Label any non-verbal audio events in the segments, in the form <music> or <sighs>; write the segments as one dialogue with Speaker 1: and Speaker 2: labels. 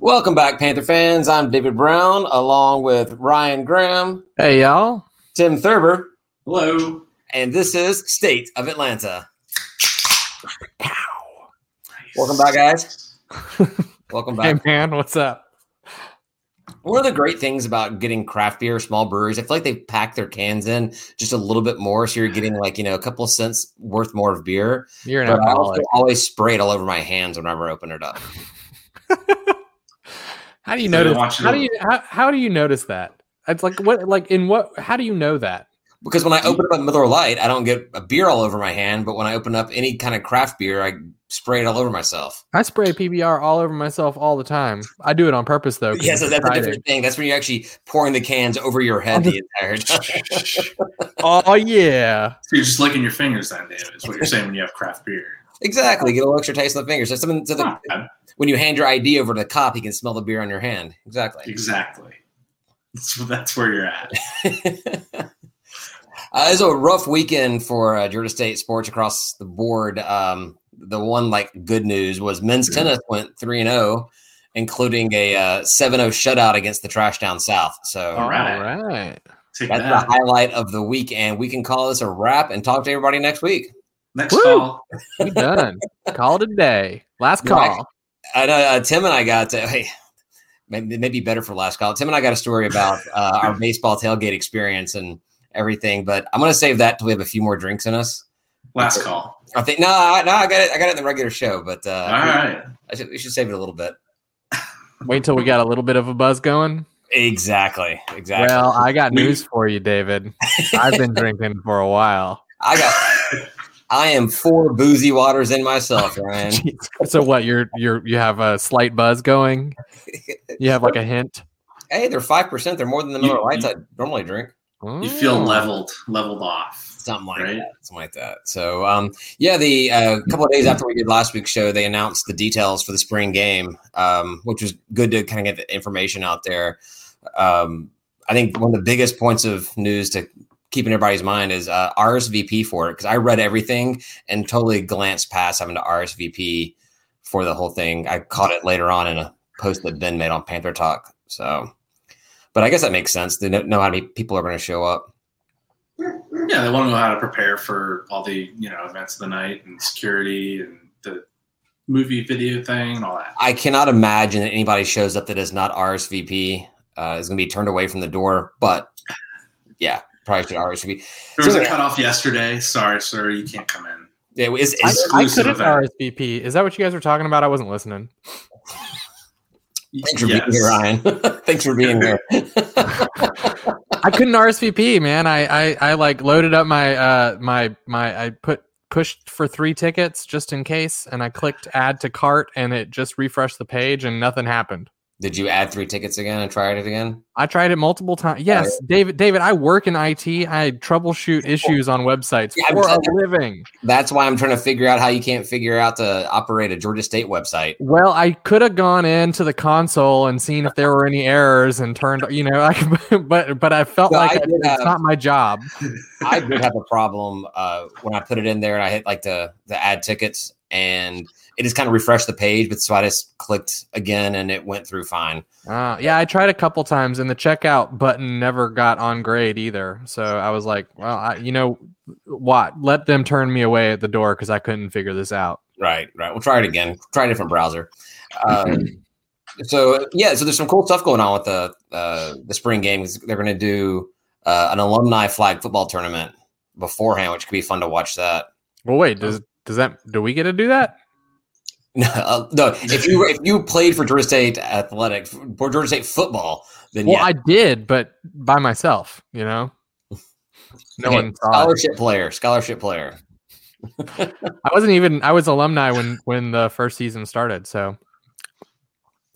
Speaker 1: Welcome back, Panther fans. I'm David Brown, along with Ryan Graham,
Speaker 2: Hey, y'all.
Speaker 1: Tim Thurber,
Speaker 3: Hello.
Speaker 1: and this is State of Atlanta. Welcome back, guys. Welcome back.
Speaker 2: Hey, man, what's up?
Speaker 1: One of the great things about getting craft beer, small breweries, I feel like they pack their cans in just a little bit more, so you're getting like you know a couple cents worth more of beer.
Speaker 2: You're an
Speaker 1: But I also
Speaker 2: alcoholic.
Speaker 1: always spray it all over my hands whenever I open it up.
Speaker 2: How do you
Speaker 3: So they
Speaker 2: notice?
Speaker 3: want you
Speaker 2: How
Speaker 3: to-
Speaker 2: do you how, how do you notice that? It's like what like in what? How do you know that?
Speaker 1: Because when I open up a Miller Lite, I don't get a beer all over my hand, but when I open up any kind of craft beer, I spray it all over myself.
Speaker 2: I spray PBR all over myself all the time. I do it on purpose though. 'cause
Speaker 1: Yeah, so
Speaker 2: it's
Speaker 1: that's a
Speaker 2: exciting.
Speaker 1: different thing. That's when you're actually pouring the cans over your head the entire time.
Speaker 2: Oh yeah,
Speaker 3: So you're just licking your fingers then, David, is what you're saying when you have craft
Speaker 1: <laughs>
Speaker 3: beer.
Speaker 1: exactly, get a little extra taste on the fingers. So, someone, so the,
Speaker 3: Not bad.
Speaker 1: when you hand your ID over to the cop, he can smell the beer on your hand. Exactly.
Speaker 3: Exactly. That's, that's where you're at.
Speaker 1: uh, <laughs> it was a rough weekend for uh, Georgia State sports across the board. Um, the one like good news was men's tennis went three and zero, including a seven uh, 0 shutout against the trash down south. So
Speaker 2: Oh,
Speaker 3: All right.
Speaker 2: all right.
Speaker 3: Take
Speaker 1: that's
Speaker 3: that.
Speaker 1: the highlight of the week, and we can call this a wrap and talk to everybody next week.
Speaker 3: Next
Speaker 2: Woo!
Speaker 3: call.
Speaker 2: We done. Call it a day. Last
Speaker 1: No, I-
Speaker 2: call.
Speaker 1: I know uh, Tim and I got to. Hey, maybe, maybe better for last call. Tim and I got a story about uh, our baseball tailgate experience and everything, but I'm going to save that till we have a few more drinks in us.
Speaker 3: Last call.
Speaker 1: I think no, I- no, I got it. I got it in the regular show, but uh,
Speaker 3: All right.
Speaker 1: I should, we should save it a little bit.
Speaker 2: Wait till we got a little bit of a buzz going.
Speaker 1: Exactly, exactly.
Speaker 2: Well, I got
Speaker 3: We-
Speaker 2: news for you, David. I've been drinking for a while.
Speaker 1: <laughs> I
Speaker 3: <laughs>
Speaker 1: got. I am four boozy waters in myself, Ryan.
Speaker 3: <laughs>
Speaker 2: Jeez. <laughs> so what you're you're you have a slight buzz going you have like a hint
Speaker 1: hey, they're five percent. They're more than the
Speaker 3: You-
Speaker 1: Miller Lights
Speaker 3: you-
Speaker 1: I normally drink.
Speaker 3: You feel
Speaker 2: Mm.
Speaker 3: leveled, leveled off.
Speaker 1: something like
Speaker 3: Right.
Speaker 1: that, something like that. So, um, yeah, the uh, couple of days after we did last week's show, they announced the details for the spring game, um, which was good to kind of get the information out there. Um, I think one of the biggest points of news to keep in everybody's mind is uh, RSVP for it because I read everything and totally glanced past having to RSVP for the whole thing. I caught it later on in a post that Ben made on Panther Talk. So, but I guess that makes sense. They don't know how many people are going to show up.
Speaker 3: Yeah, they want to know how to prepare for all the, you know, events of the night and security and the movie video thing and all that.
Speaker 1: I cannot imagine that anybody shows up that is not RSVP uh, is going to be turned away from the door. But yeah, probably should RSVP.
Speaker 3: There was
Speaker 1: So-
Speaker 3: a cutoff yesterday. Sorry, sir, you can't come in.
Speaker 1: Yeah, is,
Speaker 2: I,
Speaker 1: is,
Speaker 2: I
Speaker 3: Exclusive
Speaker 2: couldn't
Speaker 3: event.
Speaker 2: RSVP. Is that what you guys were talking about? I wasn't listening.
Speaker 1: thanks for being here, Ryan. <laughs> thanks for being here.
Speaker 2: I couldn't RSVP, man. I, I, I like loaded up my uh my my I put pushed for three tickets just in case, and I clicked add to cart, and it just refreshed the page, and nothing happened.
Speaker 1: Did you add three tickets again and try it again?
Speaker 2: I tried it multiple times. Yes, David. David, I work in IT. I troubleshoot issues on websites
Speaker 1: Yeah, I'm
Speaker 2: for a
Speaker 1: glad-
Speaker 2: living.
Speaker 1: That's why I'm trying to figure out how you can't figure out to operate a Georgia State website.
Speaker 2: Well, I could have gone into the console and seen if there were any errors and turned, you know, I, <laughs> but but I felt
Speaker 1: Well,
Speaker 2: like
Speaker 1: I
Speaker 2: I-
Speaker 1: did
Speaker 2: it's
Speaker 1: have-
Speaker 2: not my job.
Speaker 1: I did have a problem uh, when I put it in there and I hit like the the add tickets and it just kind of refreshed the page, but so I just clicked again and it went through fine.
Speaker 2: Uh, yeah, I tried a couple times, and the checkout button never got on grade either. So I was like, well, I, you know, what? Let them turn me away at the door because I couldn't figure this out.
Speaker 1: Right, right. We'll try it again. Try a different browser. Um,
Speaker 2: <laughs>
Speaker 1: so yeah, so there's some cool stuff going on with the uh, the spring games. They're going to do uh, an alumni flag football tournament beforehand, which could be fun to watch. That <laughs>
Speaker 2: Well, wait, does does that do we get to do that?
Speaker 1: no, uh, no, if you if you played for Georgia State athletic for Georgia State football, then
Speaker 2: Well,
Speaker 1: yeah,
Speaker 2: I did, but by myself,
Speaker 1: <laughs>
Speaker 2: you know. No
Speaker 1: Okay,
Speaker 2: one saw. it.
Speaker 1: scholarship player, scholarship player.
Speaker 2: I wasn't even. I was alumni when when the first season started. So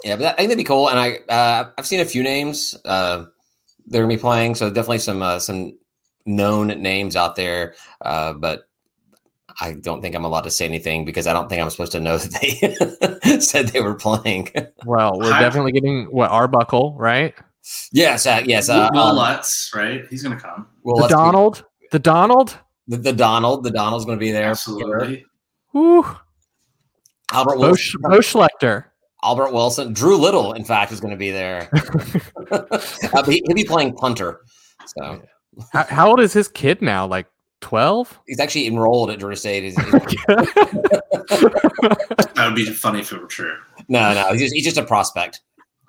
Speaker 1: Yeah, but that, I think that'd be cool. And I uh, I've seen a few names uh, they're gonna be playing, so definitely some uh, some known names out there. Uh, but I don't think I'm allowed to say anything because I don't think I'm supposed to know <laughs> that they said they were playing.
Speaker 2: Well, we're
Speaker 3: Hi.
Speaker 2: definitely getting what Arbuckle, right?
Speaker 1: yes, uh, yes. Uh,
Speaker 3: Will
Speaker 1: um,
Speaker 3: Lutz, right? He's going to come.
Speaker 1: Will
Speaker 2: the
Speaker 1: Lutz-
Speaker 2: Donald, the Donald.
Speaker 1: the, the Donald, the Donald's gonna be there.
Speaker 3: Absolutely.
Speaker 2: Woo.
Speaker 1: Albert
Speaker 2: Bo,
Speaker 1: Wilson.
Speaker 2: Sch- Bo Schlechter.
Speaker 1: Albert Wilson, Drew Little, in fact, is going to be
Speaker 2: <laughs>
Speaker 1: there. uh, he, will be playing punter. So,
Speaker 2: how, how, old is his kid now? Like twelve?
Speaker 1: He's actually enrolled at Georgia State. He's,
Speaker 2: <laughs>
Speaker 1: he's...
Speaker 3: that would be funny if it were true.
Speaker 1: No, no, he's just, he's just a prospect.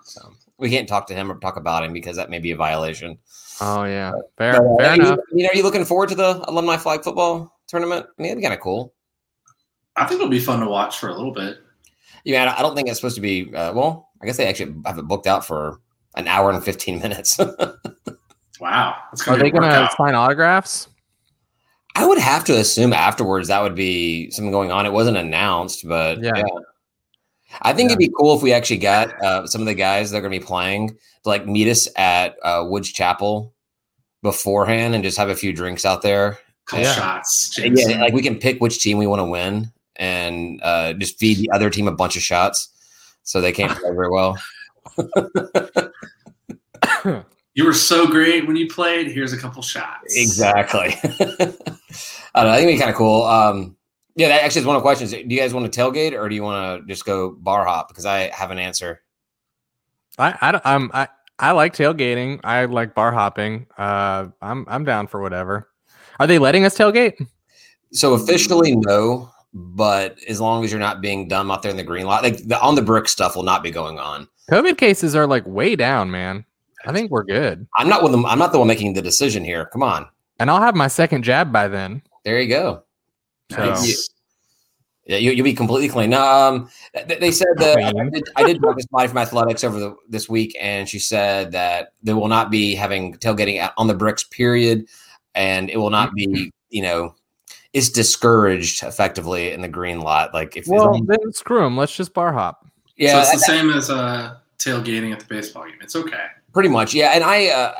Speaker 1: So we can't talk to him or talk about him because that may be a violation.
Speaker 2: Oh yeah, fair, but, uh, fair
Speaker 1: are
Speaker 2: enough.
Speaker 1: You, I mean, are you looking forward to the alumni flag football tournament? I mean, that'd be kind of cool.
Speaker 3: I think it'll be fun to watch for a little bit.
Speaker 1: Yeah, I don't think it's supposed to be. Uh, well, I guess they actually have it booked out for an hour and fifteen minutes.
Speaker 3: wow, that's
Speaker 2: gonna are they going to sign autographs?
Speaker 1: I would have to assume afterwards that would be something going on. It wasn't announced, but yeah. yeah. I think yeah. it'd be cool if we actually got uh, some of the guys that are going to be playing to like meet us at uh, Woods Chapel beforehand and just have a few drinks out there.
Speaker 3: Cool yeah. shots.
Speaker 1: Jason. Yeah, like we can pick which team we want to win and uh, just feed the other team a bunch of shots so they <laughs> can't play very well.
Speaker 3: you were so great when you played. Here's a couple shots.
Speaker 1: Exactly. <laughs> I, know, I think it'd be kind of cool. Um, yeah, that actually is one of the questions. Do you guys want to tailgate or do you want to just go bar hop? Because I have an answer.
Speaker 2: I I um, I I like tailgating. I like bar hopping. Uh, I'm I'm down for whatever. Are they letting us tailgate?
Speaker 1: So officially, no. But as long as you're not being dumb out there in the green lot, like the on the brick stuff will not be going on.
Speaker 2: COVID cases are like way down, man. I think we're good.
Speaker 1: I'm not one. Of the, I'm not the one making the decision here. Come on.
Speaker 2: And I'll have my second jab by then.
Speaker 1: There you go. Nice. yeah, you, will be completely clean. Um, they, they said that I did, I did talk to somebody from athletics over the, this week, and she said that they will not be having tailgating on the bricks, period, and it will not be, you know, it's discouraged effectively in the green lot. Like, if
Speaker 2: well, only- then screw them. Let's just bar hop.
Speaker 1: Yeah,
Speaker 3: so it's that, the same as uh, tailgating at the baseball game. It's okay.
Speaker 1: Pretty much, yeah. And I, uh,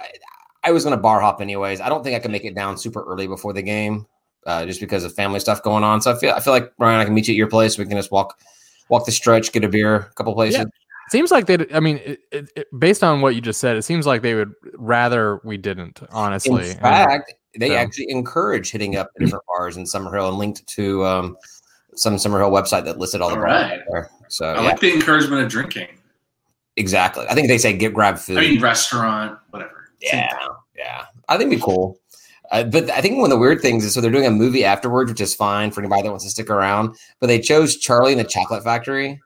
Speaker 1: I was going to bar hop anyways. I don't think I can make it down super early before the game. Uh, just because of family stuff going on. So I feel I feel like Brian, I can meet you at your place. We can just walk walk the stretch, get a beer, a couple places. Yeah.
Speaker 2: Seems like they. I mean, it, it, it, based on what you just said, it seems like they would rather we didn't. Honestly,
Speaker 1: in fact, and, they so. actually encourage hitting up different bars in Summerhill and linked to um, some Summerhill website that listed all the all bars right. there. So
Speaker 2: Oh,
Speaker 3: I like yeah. the encouragement of drinking.
Speaker 1: Exactly. I think they say get grab food.
Speaker 3: I
Speaker 2: Mm-hmm.
Speaker 3: mean, restaurant, whatever.
Speaker 1: Yeah, yeah. I think it'd be cool. Uh, but I think one of the weird things is so they're doing a movie afterwards, which is fine for anybody that wants to stick around. But they chose Charlie and the Chocolate Factory.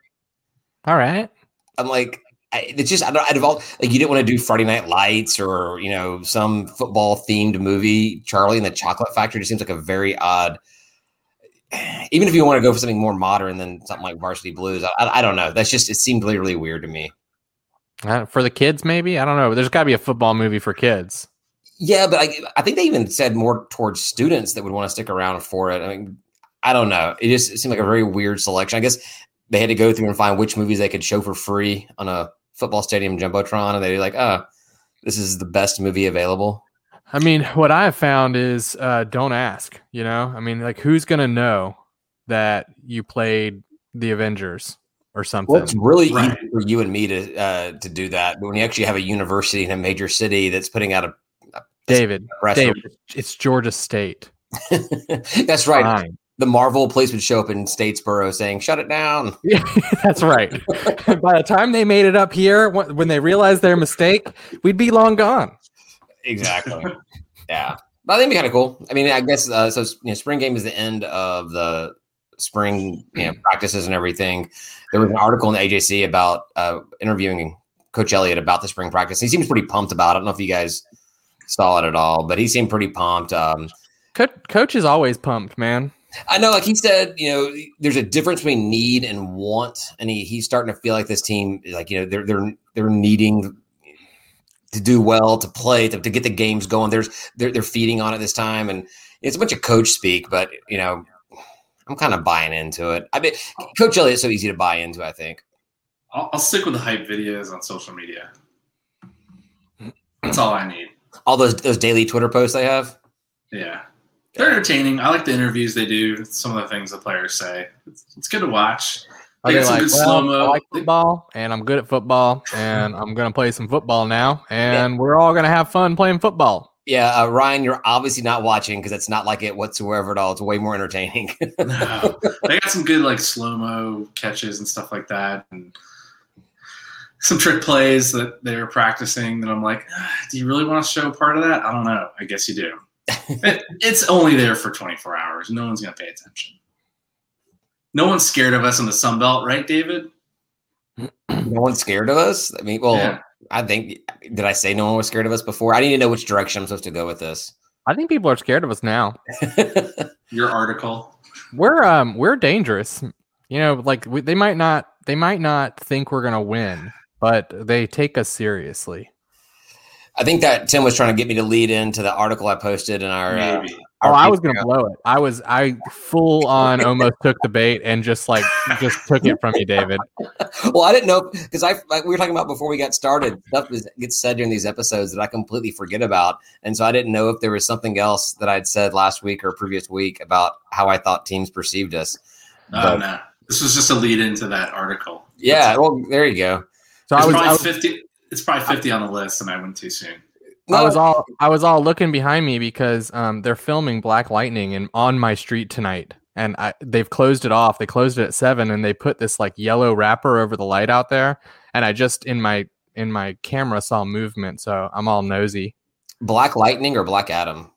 Speaker 2: All right.
Speaker 1: I'm like, I, it's just I don't. I'd all, like you didn't want to do Friday Night Lights or you know some football themed movie. Charlie and the Chocolate Factory just seems like a very odd. <sighs> Even if you want to go for something more modern than something like Varsity Blues, I, I don't know. That's just it seemed really, really weird to me.
Speaker 2: Uh, for the kids, maybe I don't know. There's got to be a football movie for kids.
Speaker 1: Yeah, but I, I think they even said more towards students that would want to stick around for it. I mean, I don't know. It just it seemed like a very weird selection. I guess they had to go through and find which movies they could show for free on a football stadium jumbotron, and they'd be like, "Oh, this is the best movie available."
Speaker 2: I mean, what I have found is uh, don't ask. You know, I mean, like who's gonna know that you played the Avengers? or something.
Speaker 1: Well, it's really right. easy for you and me to uh, to do that, but when you actually have a university in a major city that's putting out a,
Speaker 2: a David, David, release. it's Georgia State.
Speaker 1: <laughs> that's right. Fine. The Marvel police would show up in Statesboro saying, "Shut it down."
Speaker 2: Yeah, <laughs> that's right. <laughs> By the time they made it up here, when they realized their mistake, we'd be long gone.
Speaker 1: Exactly. yeah, but I think it'd be kind of cool. I mean, I guess uh, so. You know, spring game is the end of the spring you know, practices and everything. There was an article in the AJC about uh, interviewing Coach Elliott about the spring practice. He seems pretty pumped about it. I don't know if you guys saw it at all, but he seemed pretty pumped. Um,
Speaker 2: Co- Coach is always pumped, man.
Speaker 1: I know, like he said, you know, there's a difference between need and want, and he, he's starting to feel like this team, like you know, they're they're they're needing to do well, to play, to, to get the games going. There's they're they're feeding on it this time, and it's a bunch of coach speak, but you know, I'm kind of buying into it. I mean, Coach Elliott's so easy to buy into. I think.
Speaker 3: I'll, I'll, stick with the hype videos on social media. That's all I need.
Speaker 1: All those those daily Twitter posts they have.
Speaker 3: Yeah, they're entertaining. I like the interviews they do. Some of the things the players say. It's, it's good to watch.
Speaker 2: They okay, like, well, I like football, and I'm good at football, and I'm gonna play some football now, and yeah. we're all gonna have fun playing football.
Speaker 1: Yeah, uh, Ryan, you're obviously not watching because it's not like it whatsoever at all. It's way more
Speaker 3: <laughs>
Speaker 1: entertaining. <laughs>
Speaker 3: no, they got some good like slow mo catches and stuff like that, and some trick plays that they were practicing that I'm like, ah, do you really want to show part of that? I don't know. I guess
Speaker 2: <laughs>
Speaker 3: you do. it, it's only there for 24 hours. No one's going to pay attention. No one's scared of us in the Sun Belt, right, David?
Speaker 1: No one's scared of us. I mean, well,
Speaker 3: Yeah.
Speaker 1: I think did I say no one was scared of us before? I need to know which direction I'm supposed to go with this. <laughs>
Speaker 2: I think people are scared of us now.
Speaker 3: Your article.
Speaker 2: We're um we're dangerous. You know, like we, they might not they might not think we're gonna win, but they take us seriously.
Speaker 1: I think that Tim was trying to get me to lead into the article I posted in our. uh,
Speaker 3: Maybe.
Speaker 2: Oh,
Speaker 1: our
Speaker 2: I was gonna
Speaker 1: Patreon.
Speaker 2: blow it. I was I full on almost took the bait and just like just took it from you, David.
Speaker 1: Well, I didn't know because I like we were talking about before we got started. Stuff is, gets said during these episodes that I completely forget about, and so I didn't know if there was something else that I'd said last week or previous week about how I thought teams perceived us.
Speaker 3: Oh,
Speaker 1: But-
Speaker 3: no. This was just a lead into that article.
Speaker 1: Yeah, well, there you go.
Speaker 2: So
Speaker 3: it's
Speaker 2: I was,
Speaker 3: probably
Speaker 2: I was
Speaker 3: 50. It's probably 50 on the list, and I went too soon.
Speaker 2: I
Speaker 1: No,
Speaker 2: was all I was all looking behind me because um they're filming Black Lightning and on my street tonight. And I they've closed it off. They closed it at seven and they put this like yellow wrapper over the light out there. And I just in my in my camera saw movement, so I'm all nosy.
Speaker 1: Black Lightning or Black Adam.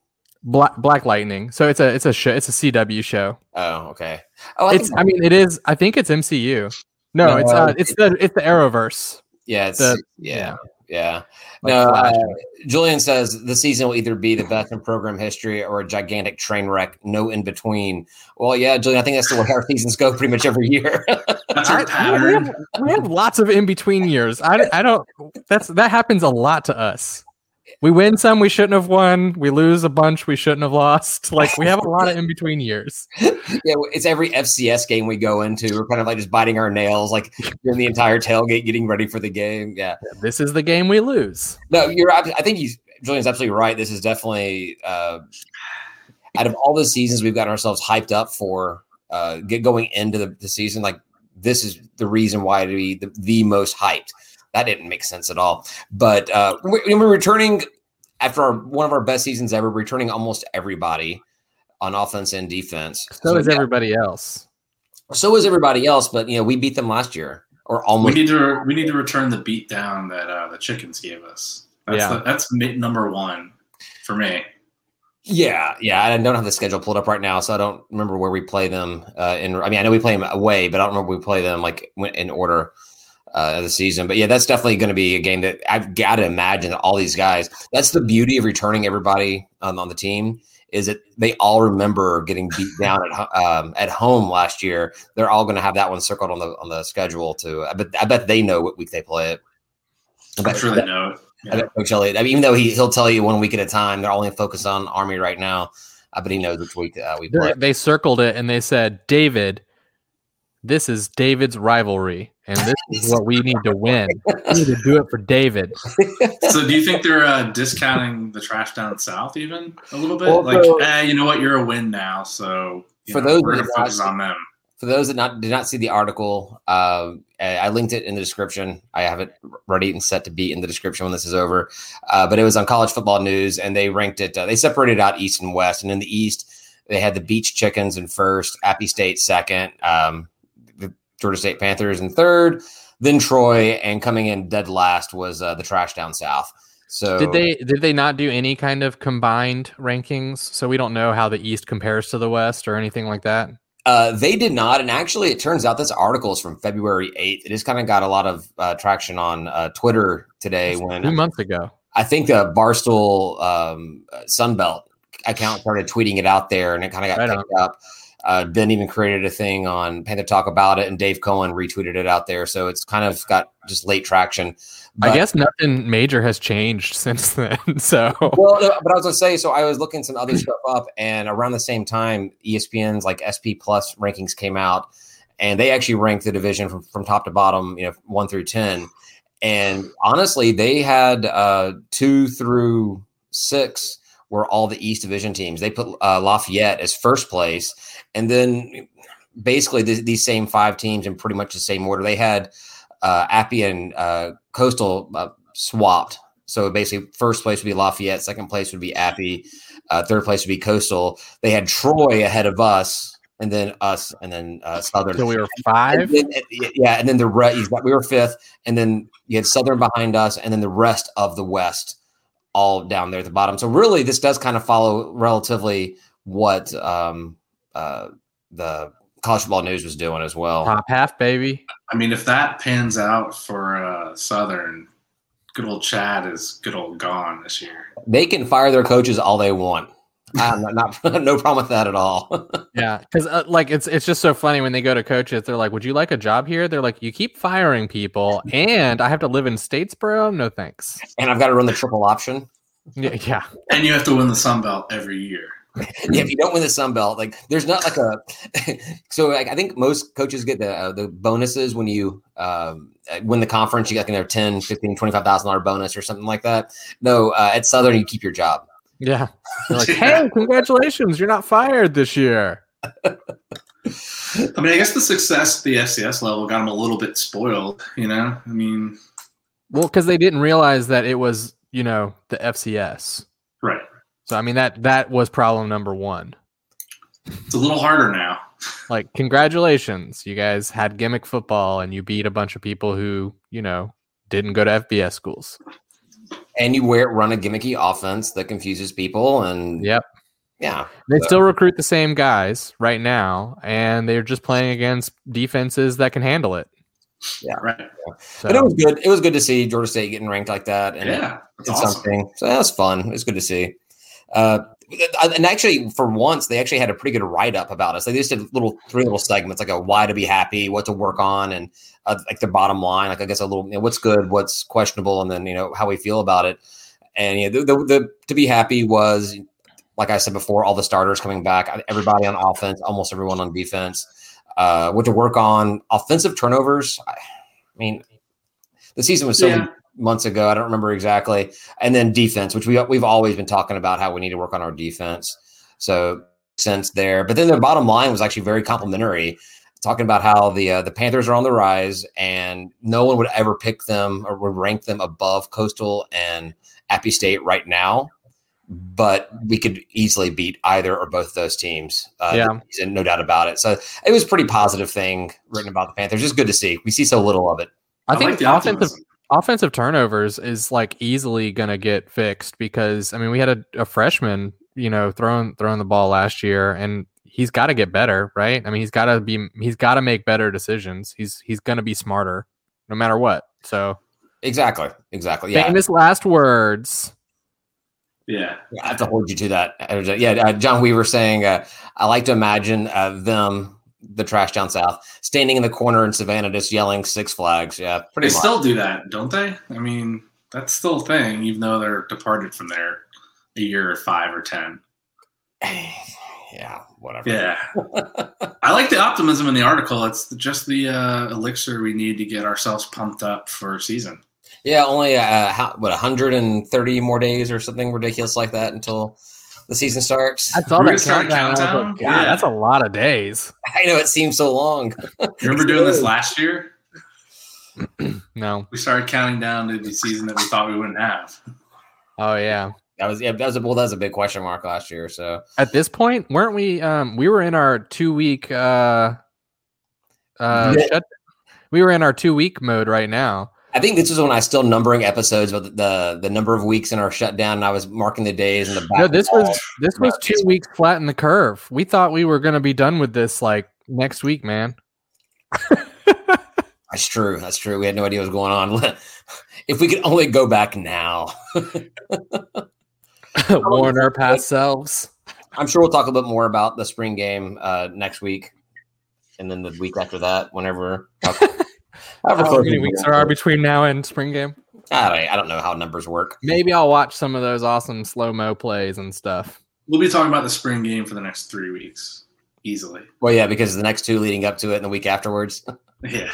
Speaker 2: Black Black Lightning. So it's a it's a show it's a CW show.
Speaker 1: Oh, okay. Oh, I
Speaker 2: It's
Speaker 1: think-
Speaker 2: I mean it is I think it's MCU. No, it's
Speaker 1: No,
Speaker 2: uh, it's the it's the Arrowverse.
Speaker 1: yeah, it's
Speaker 2: the-
Speaker 1: yeah, yeah.
Speaker 2: Like
Speaker 1: no,
Speaker 2: Flash.
Speaker 1: uh, Julian says the season will either be the best in program history or a gigantic train wreck, no in between. Well, yeah, Julian, I think that's the way our <laughs> seasons go pretty much every year. <laughs>
Speaker 3: That's our
Speaker 2: I- we,
Speaker 3: pattern.
Speaker 2: have, we have lots of in between years. I, I don't. That's that happens a lot to us. We win some we shouldn't have won. We lose a bunch we shouldn't have lost. <laughs> Like we have a lot of in between years.
Speaker 1: Yeah, it's every FCS game we go into. We're kind of like just biting our nails, like during the entire tailgate, getting ready for the game. Yeah,
Speaker 2: This is the game we lose.
Speaker 1: no, you're. ab- I think you, Julian's absolutely right. This is definitely uh, out of all the seasons we've gotten ourselves hyped up for uh, get going into the, the season. Like this is the reason why to be the, the most hyped. That didn't make sense at all. But uh, we, we're returning after our, one of our best seasons ever. Returning almost everybody on offense and defense.
Speaker 2: So is
Speaker 1: yeah.
Speaker 2: everybody else.
Speaker 1: So was everybody else, but you know, we beat them last year or
Speaker 3: We
Speaker 1: almost.
Speaker 3: need to we need to return the beat down that uh, the chickens gave us. That's
Speaker 2: Yeah.
Speaker 3: the, that's mi- number one for me.
Speaker 1: yeah, yeah. I don't have the schedule pulled up right now, so I don't remember where we play them. Uh, in I mean, I know we play them away, but I don't remember we play them like when- in order uh, of the season. But yeah, that's definitely going to be a game that I've got to imagine that all these guys. That's the beauty of returning everybody um, on the team is that they all remember getting beat down at ho- um, at home last year. They're all going to have that one circled on the on the schedule too. I bet I bet they know what week they play it. I
Speaker 3: I'm
Speaker 1: bet-
Speaker 3: sure they know it.
Speaker 1: I bet Coach Elliott. I mean, even though he he'll tell you one week at a time, they're only focused on Army right now. I bet he knows which week uh, we play.
Speaker 2: They're- They circled it and they said, "David, this is David's rivalry, and this is what we need to win. We need to do it for David."
Speaker 3: So do you think they're uh, discounting the trash down south even a little bit?
Speaker 1: Well,
Speaker 3: like,
Speaker 1: so-
Speaker 3: eh, you know what? You're a win now, so you
Speaker 1: For
Speaker 3: know,
Speaker 1: those
Speaker 3: we're
Speaker 1: that
Speaker 3: gonna focus
Speaker 1: watch-
Speaker 3: on them.
Speaker 1: For those that not did not see the article, uh, I I linked it in the description. I have it ready and set to be in the description when this is over. Uh, but it was on College Football News, and they ranked it. Uh, they separated out East and West, and in the East, they had the Beach Chickens in first, Appy State second, um, the Georgia State Panthers in third, then Troy, and coming in dead last was uh, the Trash Down South. So
Speaker 2: Did they did they not do any kind of combined rankings? So we don't know how the East compares to the West or anything like that.
Speaker 1: Uh, they did not. And actually, it turns out this article is from February 8th. It has kind of got a lot of uh, traction on uh, Twitter today
Speaker 2: Two
Speaker 1: when
Speaker 2: months ago.
Speaker 1: I think the Barstool um, uh, Sunbelt account started tweeting it out there and it kind of got
Speaker 2: Right on.
Speaker 1: picked up. Uh, ben even created a thing on Panther Talk about it, and Dave Cohen retweeted it out there. So it's kind of got just late traction. But-
Speaker 2: I guess nothing major has changed <laughs> since then. So <laughs>
Speaker 1: well, no, but I was gonna say, so I was looking some other stuff up, and around the same time, E ESPN's like SP Plus rankings came out, and they actually ranked the division from, from top to bottom, you know, one through ten. And honestly, they had uh, two through six were all the East Division teams. They put uh, Lafayette as first place, and then basically th- these same five teams in pretty much the same order. They had uh, Appy and uh, Coastal uh, swapped. So basically, first place would be Lafayette, second place would be Appy, uh, third place would be Coastal. They had Troy ahead of us and then us, and then uh, Southern.
Speaker 2: So we were five.
Speaker 1: And then- eh, yeah, and then the rest. We were fifth, and then you had Southern behind us, and then the rest of the West all down there at the bottom. So really, this does kind of follow relatively what um, uh, the college football news was doing as well.
Speaker 2: Top half, baby.
Speaker 3: I mean, if that pans out for uh, Southern, good old Chad is good old gone this year.
Speaker 1: They can fire their coaches all they want. I'm not, not <laughs> no problem with that at all. <laughs>
Speaker 2: Yeah, because uh, like it's it's just so funny when they go to coaches. They're like, "Would you like a job here?" They're like, "You keep firing people, and I have to live in Statesboro. No thanks."
Speaker 1: and I've got to run the triple option.
Speaker 2: Yeah, yeah.
Speaker 3: And you have to win the Sun Belt every year.
Speaker 1: Yeah, if you don't win the Sun Belt, like there's not like a. <laughs> so like, I think most coaches get the uh, the bonuses when you um, uh, win the conference. You get like their 10, 15, 25 thousand dollar bonus or something like that. No, uh, at Southern you keep your job.
Speaker 2: yeah. They're
Speaker 1: <laughs>
Speaker 2: like, "Hey, congratulations! You're not fired this year."
Speaker 3: I mean, I guess the success at the FCS level got him a little bit spoiled, you know? I mean,
Speaker 2: Well, because they didn't realize that it was you know the FCS.
Speaker 3: right.
Speaker 2: So I mean that that was problem number one.
Speaker 3: It's a little harder now.
Speaker 2: Like, congratulations, you guys had gimmick football, and you beat a bunch of people who you know didn't go to FBS schools.
Speaker 1: And you wear run a gimmicky offense that confuses people, and
Speaker 2: Yep.
Speaker 1: yeah,
Speaker 2: They
Speaker 1: So-
Speaker 2: still recruit the same guys right now, and they're just playing against defenses that can handle it.
Speaker 3: Right.
Speaker 2: So,
Speaker 1: but it was good. It was good to see Georgia State getting ranked like that, and
Speaker 3: Yeah. That's
Speaker 1: did
Speaker 3: awesome.
Speaker 1: something. So that was fun. It was good to see. Uh, and actually, for once, they actually had a pretty good write up about us. They just did little three little segments, like a why to be happy, what to work on, and uh, like the bottom line. Like I guess a little, you know, what's good, what's questionable, and then you know how we feel about it. And you know, the, the, the to be happy was, like I said before, all the starters coming back, everybody on offense, almost everyone on defense. Uh, what to work on, offensive turnovers. I, I mean, the season was so
Speaker 3: Yeah.
Speaker 1: months ago. I don't remember exactly. And then defense, which we we've always been talking about how we need to work on our defense. So sense there. But then the bottom line was actually very complimentary, talking about how the uh, the Panthers are on the rise, and no one would ever pick them or would rank them above Coastal and Appy State right now. But we could easily beat either or both of those teams. Uh,
Speaker 2: Yeah.
Speaker 1: this season, no doubt about it. So it was a pretty positive thing written about the Panthers. Just good to see. We see so little of it.
Speaker 2: I think
Speaker 3: like
Speaker 2: the offensive
Speaker 3: optimism.
Speaker 2: offensive turnovers is like easily gonna get fixed because I mean we had a, a freshman you know throwing throwing the ball last year and he's got to get better right I mean he's got to be he's got to make better decisions he's he's gonna be smarter no matter what so
Speaker 1: Exactly. Exactly. Yeah.
Speaker 2: famous last words
Speaker 3: Yeah.
Speaker 1: Yeah, I have to hold you to that. Uh, Yeah, uh, John Weaver saying, uh, "I like to imagine uh, them, the trash down south, standing in the corner in Savannah, just yelling Six Flags." Yeah,
Speaker 3: They
Speaker 1: pretty much. <sighs>
Speaker 3: still do that, don't they? I mean, that's still a thing, even though they're departed from there a year or five or 10.
Speaker 1: yeah, whatever.
Speaker 2: <laughs>
Speaker 3: Yeah. I like the optimism in the article. It's just the uh, elixir we need to get ourselves pumped up
Speaker 2: <laughs>
Speaker 3: for season.
Speaker 1: Yeah, only uh, how, what 130 more days or something ridiculous like that until the season starts.
Speaker 2: I saw
Speaker 3: We're
Speaker 2: that
Speaker 3: gonna start a
Speaker 2: countdown, and I was like,
Speaker 3: countdown?
Speaker 2: God,
Speaker 3: Yeah.
Speaker 2: that's a lot of days
Speaker 1: <laughs> I know it seems so long.
Speaker 3: You remember doing this last year?
Speaker 2: no
Speaker 3: We started counting down to the season that we thought we wouldn't have.
Speaker 2: Oh yeah.
Speaker 1: That was yeah, that was a, well, that was a big question mark last year. So
Speaker 2: At this point, weren't we um we were in our 2 week uh uh
Speaker 1: Yeah.
Speaker 2: shut, we were in our 2 week mode right now.
Speaker 1: I think this was when I was still numbering episodes, but the the number of weeks in our shutdown, and I was marking the days and the.
Speaker 2: No, this
Speaker 1: basketball.
Speaker 2: was this was 2 weeks flat in the curve. We thought we were going to be done with this like next week, man. <laughs>
Speaker 1: That's true. That's true. We had no idea what was going on. <laughs> if we could only go back now,
Speaker 2: Warn our past selves.
Speaker 1: I'm sure we'll talk a little bit more about the spring game uh, next week, and then the week after that, whenever.
Speaker 2: <laughs>
Speaker 1: however
Speaker 2: How
Speaker 1: close
Speaker 2: many
Speaker 1: we
Speaker 2: weeks
Speaker 1: get.
Speaker 2: there are between now and spring game?
Speaker 1: I don't, I don't know how numbers work.
Speaker 2: Maybe I'll watch some of those awesome slow-mo plays and stuff.
Speaker 3: We'll be talking about the spring game for the next three weeks easily.
Speaker 1: Well, yeah, because the next two leading up to it and the week afterwards. <laughs>
Speaker 3: Yeah.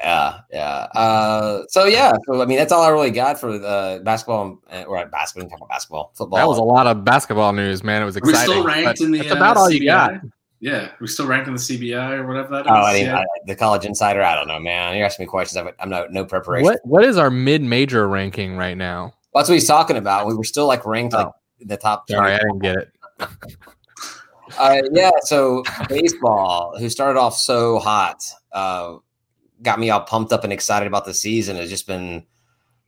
Speaker 1: Yeah, yeah. Uh, so yeah, so I mean that's all I really got for the basketball and, or basketball, talk about basketball, football.
Speaker 2: That was a lot of basketball news, man. It was
Speaker 3: We're
Speaker 2: exciting.
Speaker 3: still
Speaker 2: but
Speaker 3: ranked in the.
Speaker 2: that's about
Speaker 3: uh,
Speaker 2: all you got.
Speaker 3: CBI? Yeah, we're still ranked in the CBI or whatever that is.
Speaker 1: Oh,
Speaker 2: <laughs>
Speaker 1: I mean,
Speaker 3: yeah.
Speaker 1: I, the college insider. I don't know, man. You're asking me questions. I've, I'm no no preparation.
Speaker 2: What what is our mid-major ranking right now?
Speaker 1: Well, that's what he's talking about. We were still like ranked like
Speaker 2: Oh.
Speaker 1: in the top. 20.
Speaker 2: Sorry, I didn't get it.
Speaker 1: Uh, yeah, so baseball, who started off so hot, uh, got me all pumped up and excited about the season. It's just been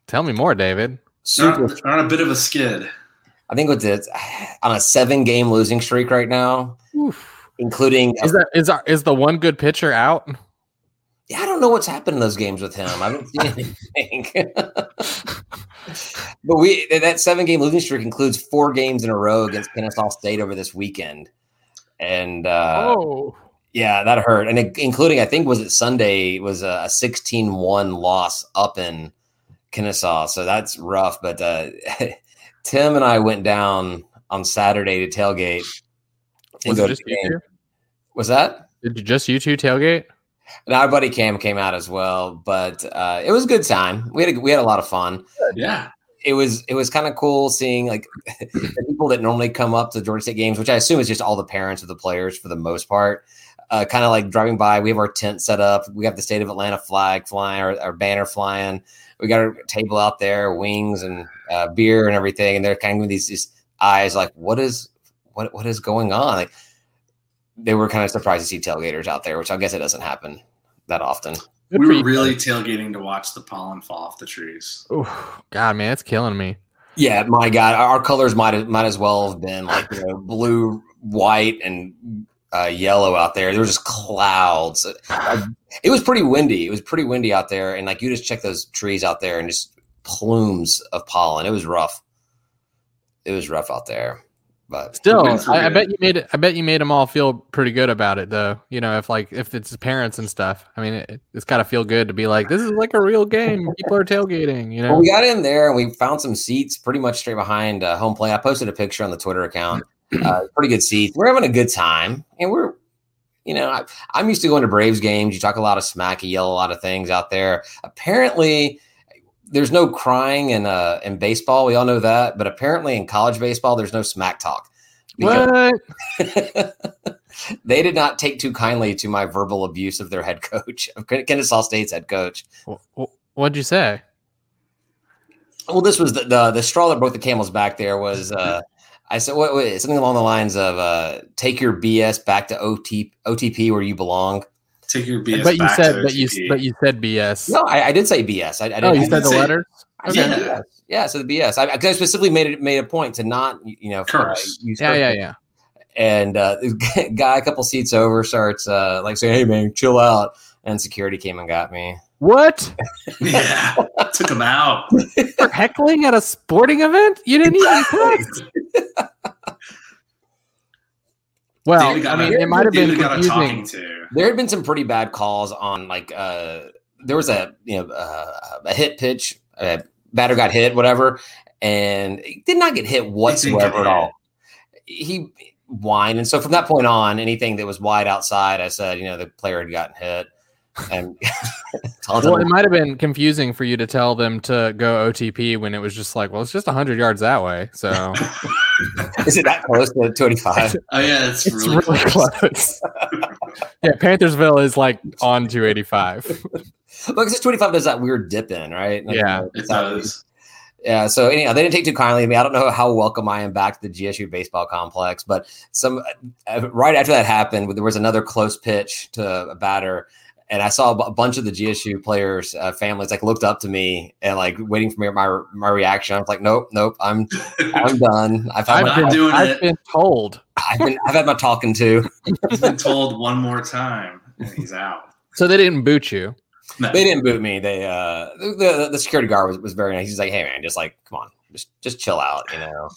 Speaker 2: Tell me more, David.
Speaker 1: super.
Speaker 3: They're on a bit of a skid.
Speaker 1: I think with it's on a seven-game losing streak right now, including
Speaker 2: Is that is our, is the one good pitcher out?
Speaker 1: Yeah, I don't know what's happened in those games with him. I
Speaker 2: <laughs>
Speaker 1: haven't seen anything. but we that seven game losing streak includes four games in a row against Kennesaw State over this weekend, and uh,
Speaker 2: oh,
Speaker 1: yeah, that hurt. And it, including I think was it Sunday was a a 16-1 loss up in Kennesaw, so that's rough. But uh, <laughs> Tim and I went down on Saturday to tailgate. and
Speaker 2: was
Speaker 1: go
Speaker 2: it
Speaker 1: to
Speaker 2: just
Speaker 1: the
Speaker 2: you
Speaker 1: game.
Speaker 2: two?
Speaker 1: Was that?
Speaker 2: Did you just you two tailgate?
Speaker 1: And our buddy Cam came out as well, but uh, it was a good time. We had a, we had a lot of fun.
Speaker 3: Yeah.
Speaker 1: It was it was kind of cool seeing like the people that normally come up to Georgia State games, which I assume is just all the parents of the players for the most part. Uh, kind of like driving by, we have our tent set up. We have the state of Atlanta flag flying, our, our banner flying. We got our table out there, wings and uh, beer and everything. And they're kind of with these, these eyes like, what is what what is going on? Like they were kind of surprised to see tailgaters out there, which I guess it doesn't happen that often.
Speaker 2: Good
Speaker 3: we
Speaker 2: for
Speaker 3: were
Speaker 2: you.
Speaker 3: really tailgating to watch the pollen fall off the trees.
Speaker 2: Oof, God, man, it's killing me.
Speaker 1: Yeah, my God, our, our colors might might as well have been like you know, blue, white, and uh, yellow out there. There were just clouds. Uh, It was pretty windy. It was pretty windy out there, and like you just check those trees out there, and just plumes of pollen. It was rough. It was rough out there, but
Speaker 2: Still,
Speaker 3: Good for
Speaker 2: I, I
Speaker 3: you.
Speaker 2: bet you made it. I bet you made them all feel pretty good about it, though. You know, if like if it's parents and stuff. I mean, it, it's got to feel good to be like, this is like a real game. People are tailgating. You
Speaker 1: Well,
Speaker 2: know,
Speaker 1: we got in there and we found some seats pretty much straight behind uh, home plate. I posted a picture on the Twitter account. Uh, pretty good seats. We're having a good time, and we're, you know, I, I'm used to going to Braves games. You talk a lot of smack, you yell a lot of things out there. Apparently, there's no crying in uh, in baseball. We all know that, but apparently in college baseball, there's no smack talk. Because <laughs>
Speaker 2: what?
Speaker 1: they did not take too kindly to my verbal abuse of their head coach, of Ken- Kennesaw State's head coach.
Speaker 2: Wh- wh- What'd you say?
Speaker 1: Well, this was the, the the straw that broke the camel's back. There
Speaker 2: <laughs>
Speaker 1: was, uh, I said, what, what, something along the lines of, uh, "Take your BS back to OT, OTP where you belong."
Speaker 3: Take your BS.
Speaker 2: but you
Speaker 3: back
Speaker 2: said,
Speaker 3: to
Speaker 2: but you,
Speaker 3: OTP.
Speaker 2: but you said BS.
Speaker 1: No, I, I did say BS. I, I didn't.
Speaker 2: oh, you
Speaker 1: I
Speaker 2: said the
Speaker 3: say-
Speaker 2: letter.
Speaker 1: I said
Speaker 3: Okay.
Speaker 1: BS. Yeah, so the BS. I, I 'cause I specifically made it made a point to not, you know,
Speaker 3: Curse.
Speaker 1: uh, use
Speaker 2: Yeah,
Speaker 1: curse
Speaker 2: yeah, yeah.
Speaker 1: and uh, <laughs> guy a couple seats over starts uh, like saying, "Hey man, chill out." And security came and got me.
Speaker 2: What?
Speaker 3: <laughs> yeah, took him out.
Speaker 2: <laughs> For heckling at a sporting event? You didn't <laughs> even cuss.
Speaker 3: David
Speaker 2: <laughs> Well, I
Speaker 3: got
Speaker 2: mean,
Speaker 3: a-
Speaker 2: it might have been
Speaker 3: David got a
Speaker 2: confusing.
Speaker 3: talking to.
Speaker 1: There had been some pretty bad calls on like uh there was a you know uh, a hit pitch, a batter got hit, whatever, and he did not get hit whatsoever at all. He whined, and so from that point on, anything that was wide outside, I said, you know, the player had gotten hit, and <laughs> told him,
Speaker 2: Well, it might have been confusing for you to tell them to go OTP when it was just like, well, it's just 100 yards that way. So
Speaker 1: is it that close to twenty five?
Speaker 3: <laughs> Oh yeah,
Speaker 2: <laughs>
Speaker 3: it's,
Speaker 2: it's
Speaker 3: really,
Speaker 2: really <laughs>
Speaker 3: close.
Speaker 2: close. yeah, Panthersville is like on 285.
Speaker 1: Well, because twenty five does that weird dip in, right? Like,
Speaker 2: Yeah.
Speaker 1: you know,
Speaker 3: It
Speaker 1: it's not-
Speaker 3: does.
Speaker 1: Yeah. So anyhow, they didn't take too kindly to me. I don't know how welcome I am back to the GSU baseball complex, but some uh, right after that happened, there was another close pitch to a batter, and I saw a bu- bunch of the GSU players' uh, families like looked up to me and like waiting for me my my reaction. I was like, nope, nope, I'm I'm done. I've
Speaker 2: <laughs>
Speaker 1: had
Speaker 2: I've,
Speaker 1: my,
Speaker 3: not
Speaker 2: been,
Speaker 3: doing
Speaker 2: I've
Speaker 3: it.
Speaker 2: been told.
Speaker 1: I've, been, I've had my talking to.
Speaker 3: He's been told one more time, and he's out.
Speaker 2: So they didn't boot you.
Speaker 3: No.
Speaker 1: They didn't boot me. They uh the the, the security guard was, was very nice. He's like, hey man, just like come on, just just chill out, you know.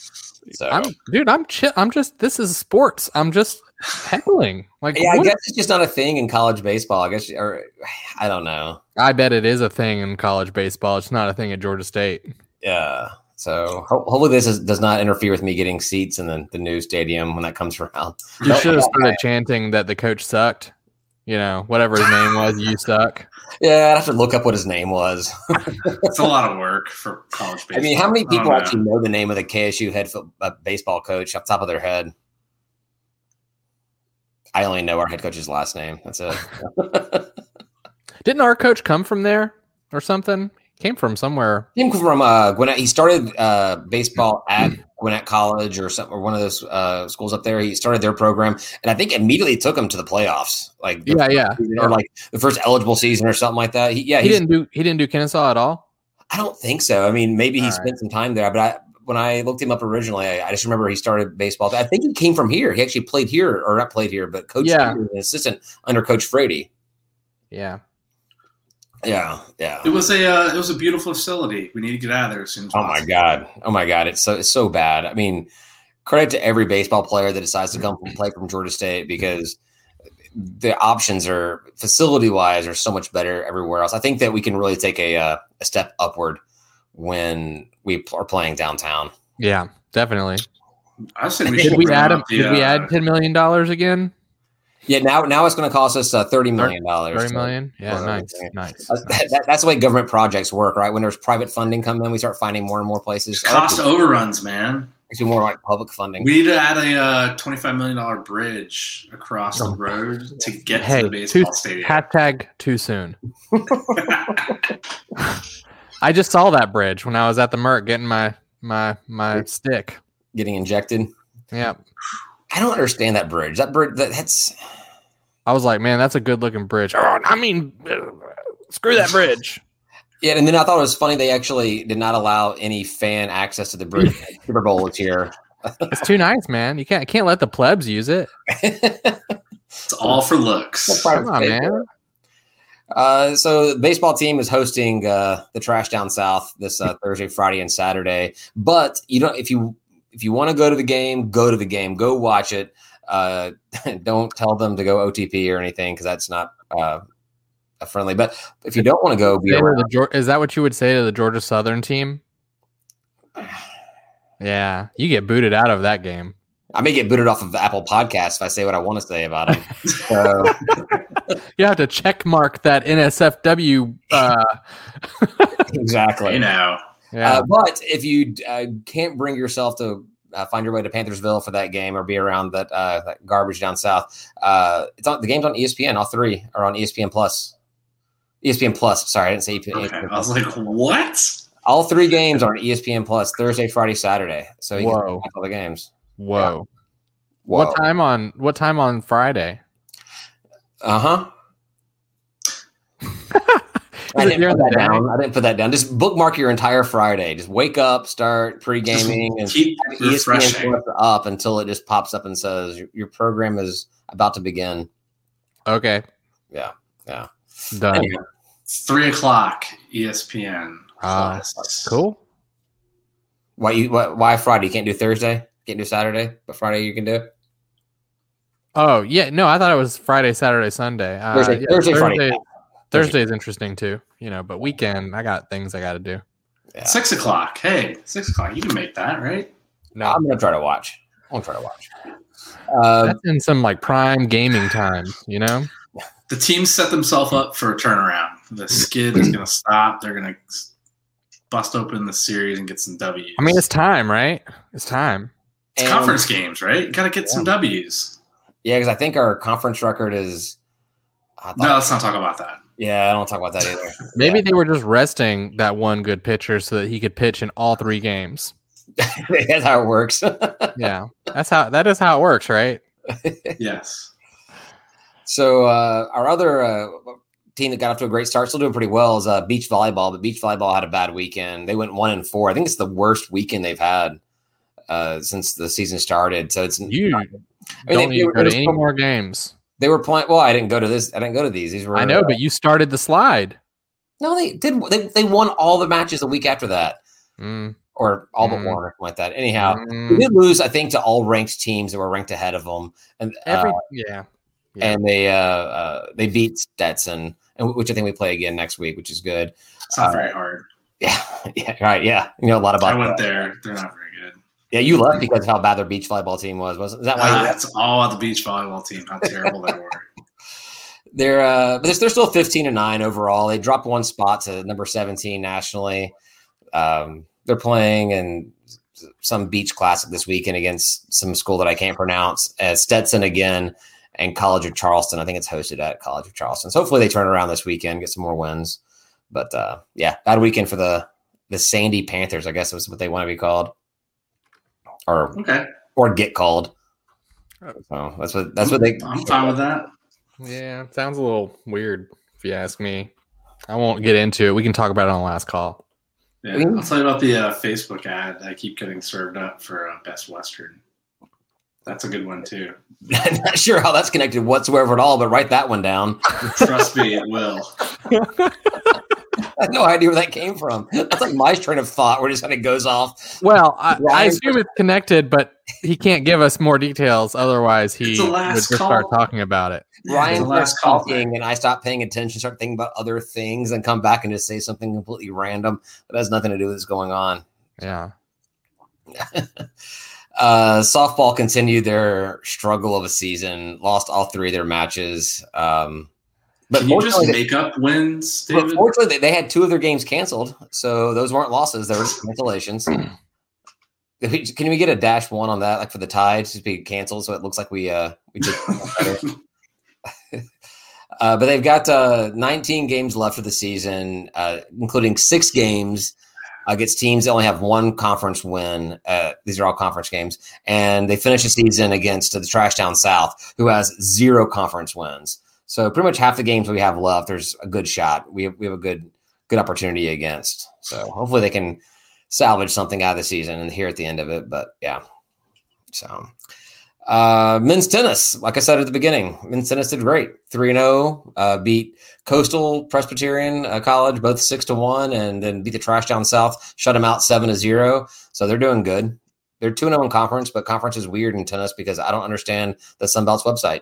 Speaker 1: So
Speaker 2: I'm, dude, I'm chill. I'm just, this is sports. I'm just heckling. Like,
Speaker 1: Yeah, I
Speaker 2: what-
Speaker 1: guess it's just not a thing in college baseball. I guess, or I don't know.
Speaker 2: I bet it is a thing in college baseball. It's not a thing at Georgia State.
Speaker 1: Yeah. So ho- hopefully this is, does not interfere with me getting seats in the, the new stadium when that comes <laughs> around.
Speaker 2: You should have started chanting that the coach sucked. You know, whatever his name was, you suck.
Speaker 1: Yeah, I'd have to look up what his name was.
Speaker 3: It's a lot of work for college
Speaker 1: I
Speaker 3: baseball. Oh,
Speaker 1: mean, how many
Speaker 3: don't
Speaker 1: people
Speaker 3: know.
Speaker 1: actually know the name of the KSU head fo- uh, baseball coach off the top of their head? I only know our head coach's last name. That's it.
Speaker 2: Didn't our coach come from there or something? Came from somewhere.
Speaker 1: Came from uh, Gwinnett. He started uh, baseball at Gwinnett College or some or one of those uh, schools up there. He started their program, and I think immediately took him to the playoffs. Like the
Speaker 2: Yeah,
Speaker 1: first
Speaker 2: yeah.
Speaker 1: season or like the first eligible season or something like that. He, yeah,
Speaker 2: He
Speaker 1: he's-
Speaker 2: didn't do he didn't do Kennesaw at all.
Speaker 1: I don't think so. I mean, maybe he
Speaker 2: All
Speaker 1: spent some time there, but I, when I looked him up originally, I, I just remember he started baseball. I think he came from here. He actually played here, or not played here, but coach
Speaker 2: Yeah.
Speaker 1: an assistant under Coach Frady.
Speaker 2: Yeah.
Speaker 1: Yeah, yeah.
Speaker 3: It was a uh, it was a beautiful facility. We need to get out of there as soon as
Speaker 1: Oh my
Speaker 3: possible.
Speaker 1: god! Oh my god! It's so it's so bad. I mean, credit to every baseball player that decides to come from, play from Georgia State because the options are facility wise are so much better everywhere else. I think that we can really take a uh, a step upward when we pl- are playing downtown.
Speaker 2: Yeah, definitely.
Speaker 3: I said we should
Speaker 2: Did we
Speaker 3: bring
Speaker 2: add him?
Speaker 3: up the,
Speaker 2: Did we
Speaker 3: uh,
Speaker 2: add ten million dollars again?
Speaker 1: Yeah, now now it's going to cost us uh, thirty million dollars.
Speaker 2: Thirty million? Yeah,
Speaker 1: Or-
Speaker 2: nice. Nice.
Speaker 1: That's, <laughs> that- that- that's the way government projects work, right? When there's private funding coming in, we start finding more and more places. I like
Speaker 3: cost
Speaker 1: to-
Speaker 3: overruns, man?
Speaker 1: to do more like public funding.
Speaker 3: We need to add a uh, twenty five million dollar bridge across the
Speaker 2: <laughs>
Speaker 3: road to get
Speaker 2: Hey,
Speaker 3: to the baseball
Speaker 2: tooth-
Speaker 3: stadium.
Speaker 2: Hashtag too soon. <laughs> I just saw that bridge when I was at the Merck getting my my my stick.
Speaker 1: Getting injected.
Speaker 2: Yeah.
Speaker 1: I don't understand that bridge. That bridge. That, that's
Speaker 2: I was like, man, that's a good looking bridge. Oh, I mean, screw that bridge.
Speaker 1: yeah. And then I thought it was funny they actually did not allow any fan access to the
Speaker 2: <laughs>
Speaker 1: bridge. Super Bowl is here.
Speaker 2: It's too nice, man. You can't can't let the plebs use it.
Speaker 1: <laughs>
Speaker 3: it's all for looks.
Speaker 2: Come on, man.
Speaker 1: Uh, so the baseball team is hosting uh, the Trash Down South this
Speaker 2: <laughs>
Speaker 1: uh, Thursday, Friday, and Saturday. But you don't if you if you want to go to the game, go to the game, go watch it. Uh, <laughs> don't tell them to go OTP or anything because that's not uh, a friendly. But if you don't want to go, be
Speaker 2: They were
Speaker 1: around.
Speaker 2: the Geor- Is that what you would say to the Georgia Southern team? Yeah, you get booted out of that game.
Speaker 1: I may get booted off of Apple Podcasts if I say what I want to say about
Speaker 2: <laughs>
Speaker 1: them. So, <laughs>
Speaker 2: You have to check mark that NSFW.
Speaker 1: <laughs>
Speaker 2: Uh,
Speaker 1: exactly.
Speaker 3: You know,
Speaker 2: yeah,
Speaker 1: Uh, but if you uh, can't bring yourself to uh, find your way to Panthersville for that game or be around that, uh, that garbage down south, uh, it's on the game's on ESPN. All three are on E ESPN Plus. E ESPN Plus. Sorry, I didn't say E ESPN.
Speaker 3: okay. I was like, what?
Speaker 1: all three games are on E ESPN Plus Thursday, Friday, Saturday. So you can
Speaker 2: Whoa.
Speaker 1: watch all the games.
Speaker 2: whoa.
Speaker 1: Whoa.
Speaker 2: What time on what time on Friday?
Speaker 1: Uh huh. I
Speaker 2: Is it
Speaker 1: didn't,
Speaker 2: during
Speaker 1: put that
Speaker 2: the day?
Speaker 1: down. I didn't put that down. Just bookmark your entire Friday. Just wake up, start pre gaming, and
Speaker 3: Keep
Speaker 2: E
Speaker 1: ESPN
Speaker 3: refreshing.
Speaker 1: Plus up until it just pops up and says your, your program is about to begin.
Speaker 2: Okay,
Speaker 1: Yeah, yeah.
Speaker 2: done.
Speaker 1: Anyway,
Speaker 3: It's three o'clock E ESPN.
Speaker 2: Ah,
Speaker 3: plus.
Speaker 2: Cool.
Speaker 1: why you why, why Friday? You can't do Thursday. Can't do Saturday, but Friday you can do.
Speaker 2: Oh yeah, no, I thought it was Friday, Saturday, Sunday. Uh,
Speaker 1: Thursday,
Speaker 2: yeah,
Speaker 1: Thursday, Friday.
Speaker 2: Thursday is interesting too, you know. But weekend, I got things I got to do.
Speaker 1: Yeah.
Speaker 3: Six o'clock. Hey, six o'clock. You can make that, right?
Speaker 2: No,
Speaker 1: I'm gonna try to watch. I'm gonna try to watch. Uh,
Speaker 2: that's in some like prime gaming time, you know.
Speaker 3: The team set themselves up for a turnaround. The skid is going to stop. They're going to bust open the series and get some W's.
Speaker 2: I mean, it's time, right? It's time.
Speaker 3: It's
Speaker 1: and-
Speaker 3: conference games, right? You got to get some W's.
Speaker 1: Yeah, because I think our conference record is. I thought,
Speaker 3: No, let's not talk about that.
Speaker 1: <laughs> Yeah, I don't talk about that either. <laughs>
Speaker 2: Maybe they were just resting that one good pitcher so that he could pitch in all three games.
Speaker 1: That's how it works.
Speaker 2: Yeah, that's how that is how it works, right?
Speaker 3: Yes.
Speaker 1: So uh, our other uh, team that got off to a great start, still doing pretty well, is uh, beach volleyball. But beach volleyball had a bad weekend. They went one and four. I think it's the worst weekend they've had uh, since the season started. So it's
Speaker 2: You
Speaker 1: I mean,
Speaker 2: don't
Speaker 1: they-
Speaker 2: need
Speaker 1: they
Speaker 2: to go
Speaker 1: were-
Speaker 2: to any more games.
Speaker 1: They were playing. Well, I didn't go to this. I didn't go to these. These were. uh,
Speaker 2: I know, but you started the slide.
Speaker 1: no, they did. They, they won all the matches the week after that,
Speaker 2: Mm,
Speaker 1: or all but
Speaker 2: Mm.
Speaker 1: one or something like that. Anyhow,
Speaker 2: mm,
Speaker 1: they did lose. I think to all ranked teams that were ranked ahead of them, and uh,
Speaker 2: every- yeah, Yeah.
Speaker 1: and they uh, uh, they beat Stetson, and which I think we play again next week, which is good.
Speaker 3: It's not
Speaker 1: Uh,
Speaker 3: very hard.
Speaker 1: Yeah, <laughs> yeah, right. Yeah, you know a lot
Speaker 3: I
Speaker 1: about.
Speaker 3: went
Speaker 1: That.
Speaker 3: there. They're not very good.
Speaker 1: Yeah, you left because of how bad their beach volleyball team was. Wasn't is that why?
Speaker 3: Ah,
Speaker 1: you left?
Speaker 3: it's all about the beach volleyball team. How terrible
Speaker 1: <laughs>
Speaker 3: they were.
Speaker 1: They're uh, but they're- they're still fifteen and nine overall. They dropped one spot to number seventeen nationally. Um, they're playing in some beach classic this weekend against some school that I can't pronounce. Uh, Stetson again and College of Charleston. I think it's hosted at College of Charleston. So hopefully they turn around this weekend, get some more wins. But uh, yeah, bad weekend for the the Sandy Panthers. I guess was what they want to be called, or
Speaker 3: Okay,
Speaker 1: or get called. So that's what that's what they.
Speaker 3: I'm
Speaker 1: <laughs>
Speaker 3: fine with that.
Speaker 2: Yeah, it sounds a little weird if you ask me. I won't get into it. We can talk about it on the last call.
Speaker 3: Yeah,
Speaker 1: Mm.
Speaker 3: I'll tell you about the uh, Facebook ad that I keep getting served up for uh, Best Western. That's a good
Speaker 1: <laughs>
Speaker 3: one too.
Speaker 1: Not sure how that's connected whatsoever at all, but write that one down. <laughs>
Speaker 3: Trust me, it will.
Speaker 1: I have no idea where that came from. That's like my train of thought, where it just kind of goes off.
Speaker 2: Well, I, I
Speaker 1: Ryan-
Speaker 2: assume it's connected, but he can't give us more details. Otherwise, he
Speaker 3: It's a
Speaker 2: would
Speaker 3: last
Speaker 2: just start
Speaker 3: call.
Speaker 2: talking about it.
Speaker 1: Ryan
Speaker 3: the
Speaker 1: starts
Speaker 3: last
Speaker 1: talking, and I stop paying attention, start thinking about other things, and come back and just say something completely random that has nothing to do with what's going on.
Speaker 2: Yeah.
Speaker 1: Uh, softball continued their struggle of a season, lost all three of their matches. Um, but
Speaker 3: But you
Speaker 1: fortunately,
Speaker 3: just
Speaker 1: they-
Speaker 3: make up wins,
Speaker 1: <laughs> but
Speaker 3: David. <laughs>
Speaker 1: fortunately, they had two of their games canceled, so those weren't losses; they were just cancellations. Can we- Can we get a dash one on that, like for the tide, just be canceled, so it looks like we uh we did <laughs> Uh, but they've got uh, 19 games left for the season, uh, including six games against teams that only have one conference win. Uh, these are all conference games. And they finish the season against the Trash Town South, who has zero conference wins. So pretty much half the games we have left, there's a good shot. We have, we have a good good opportunity against. So hopefully they can salvage something out of the season and here at the end of it. But yeah, so. Uh, men's tennis, like I said at the beginning, men's tennis did great. 3 0, uh, beat Coastal Presbyterian uh, College, both 6 to 1, and then beat the Trash Down South, shut them out 7 to 0. So they're doing good. They're 2 0 in conference, but conference is weird in tennis because I don't understand the Sunbelt's website.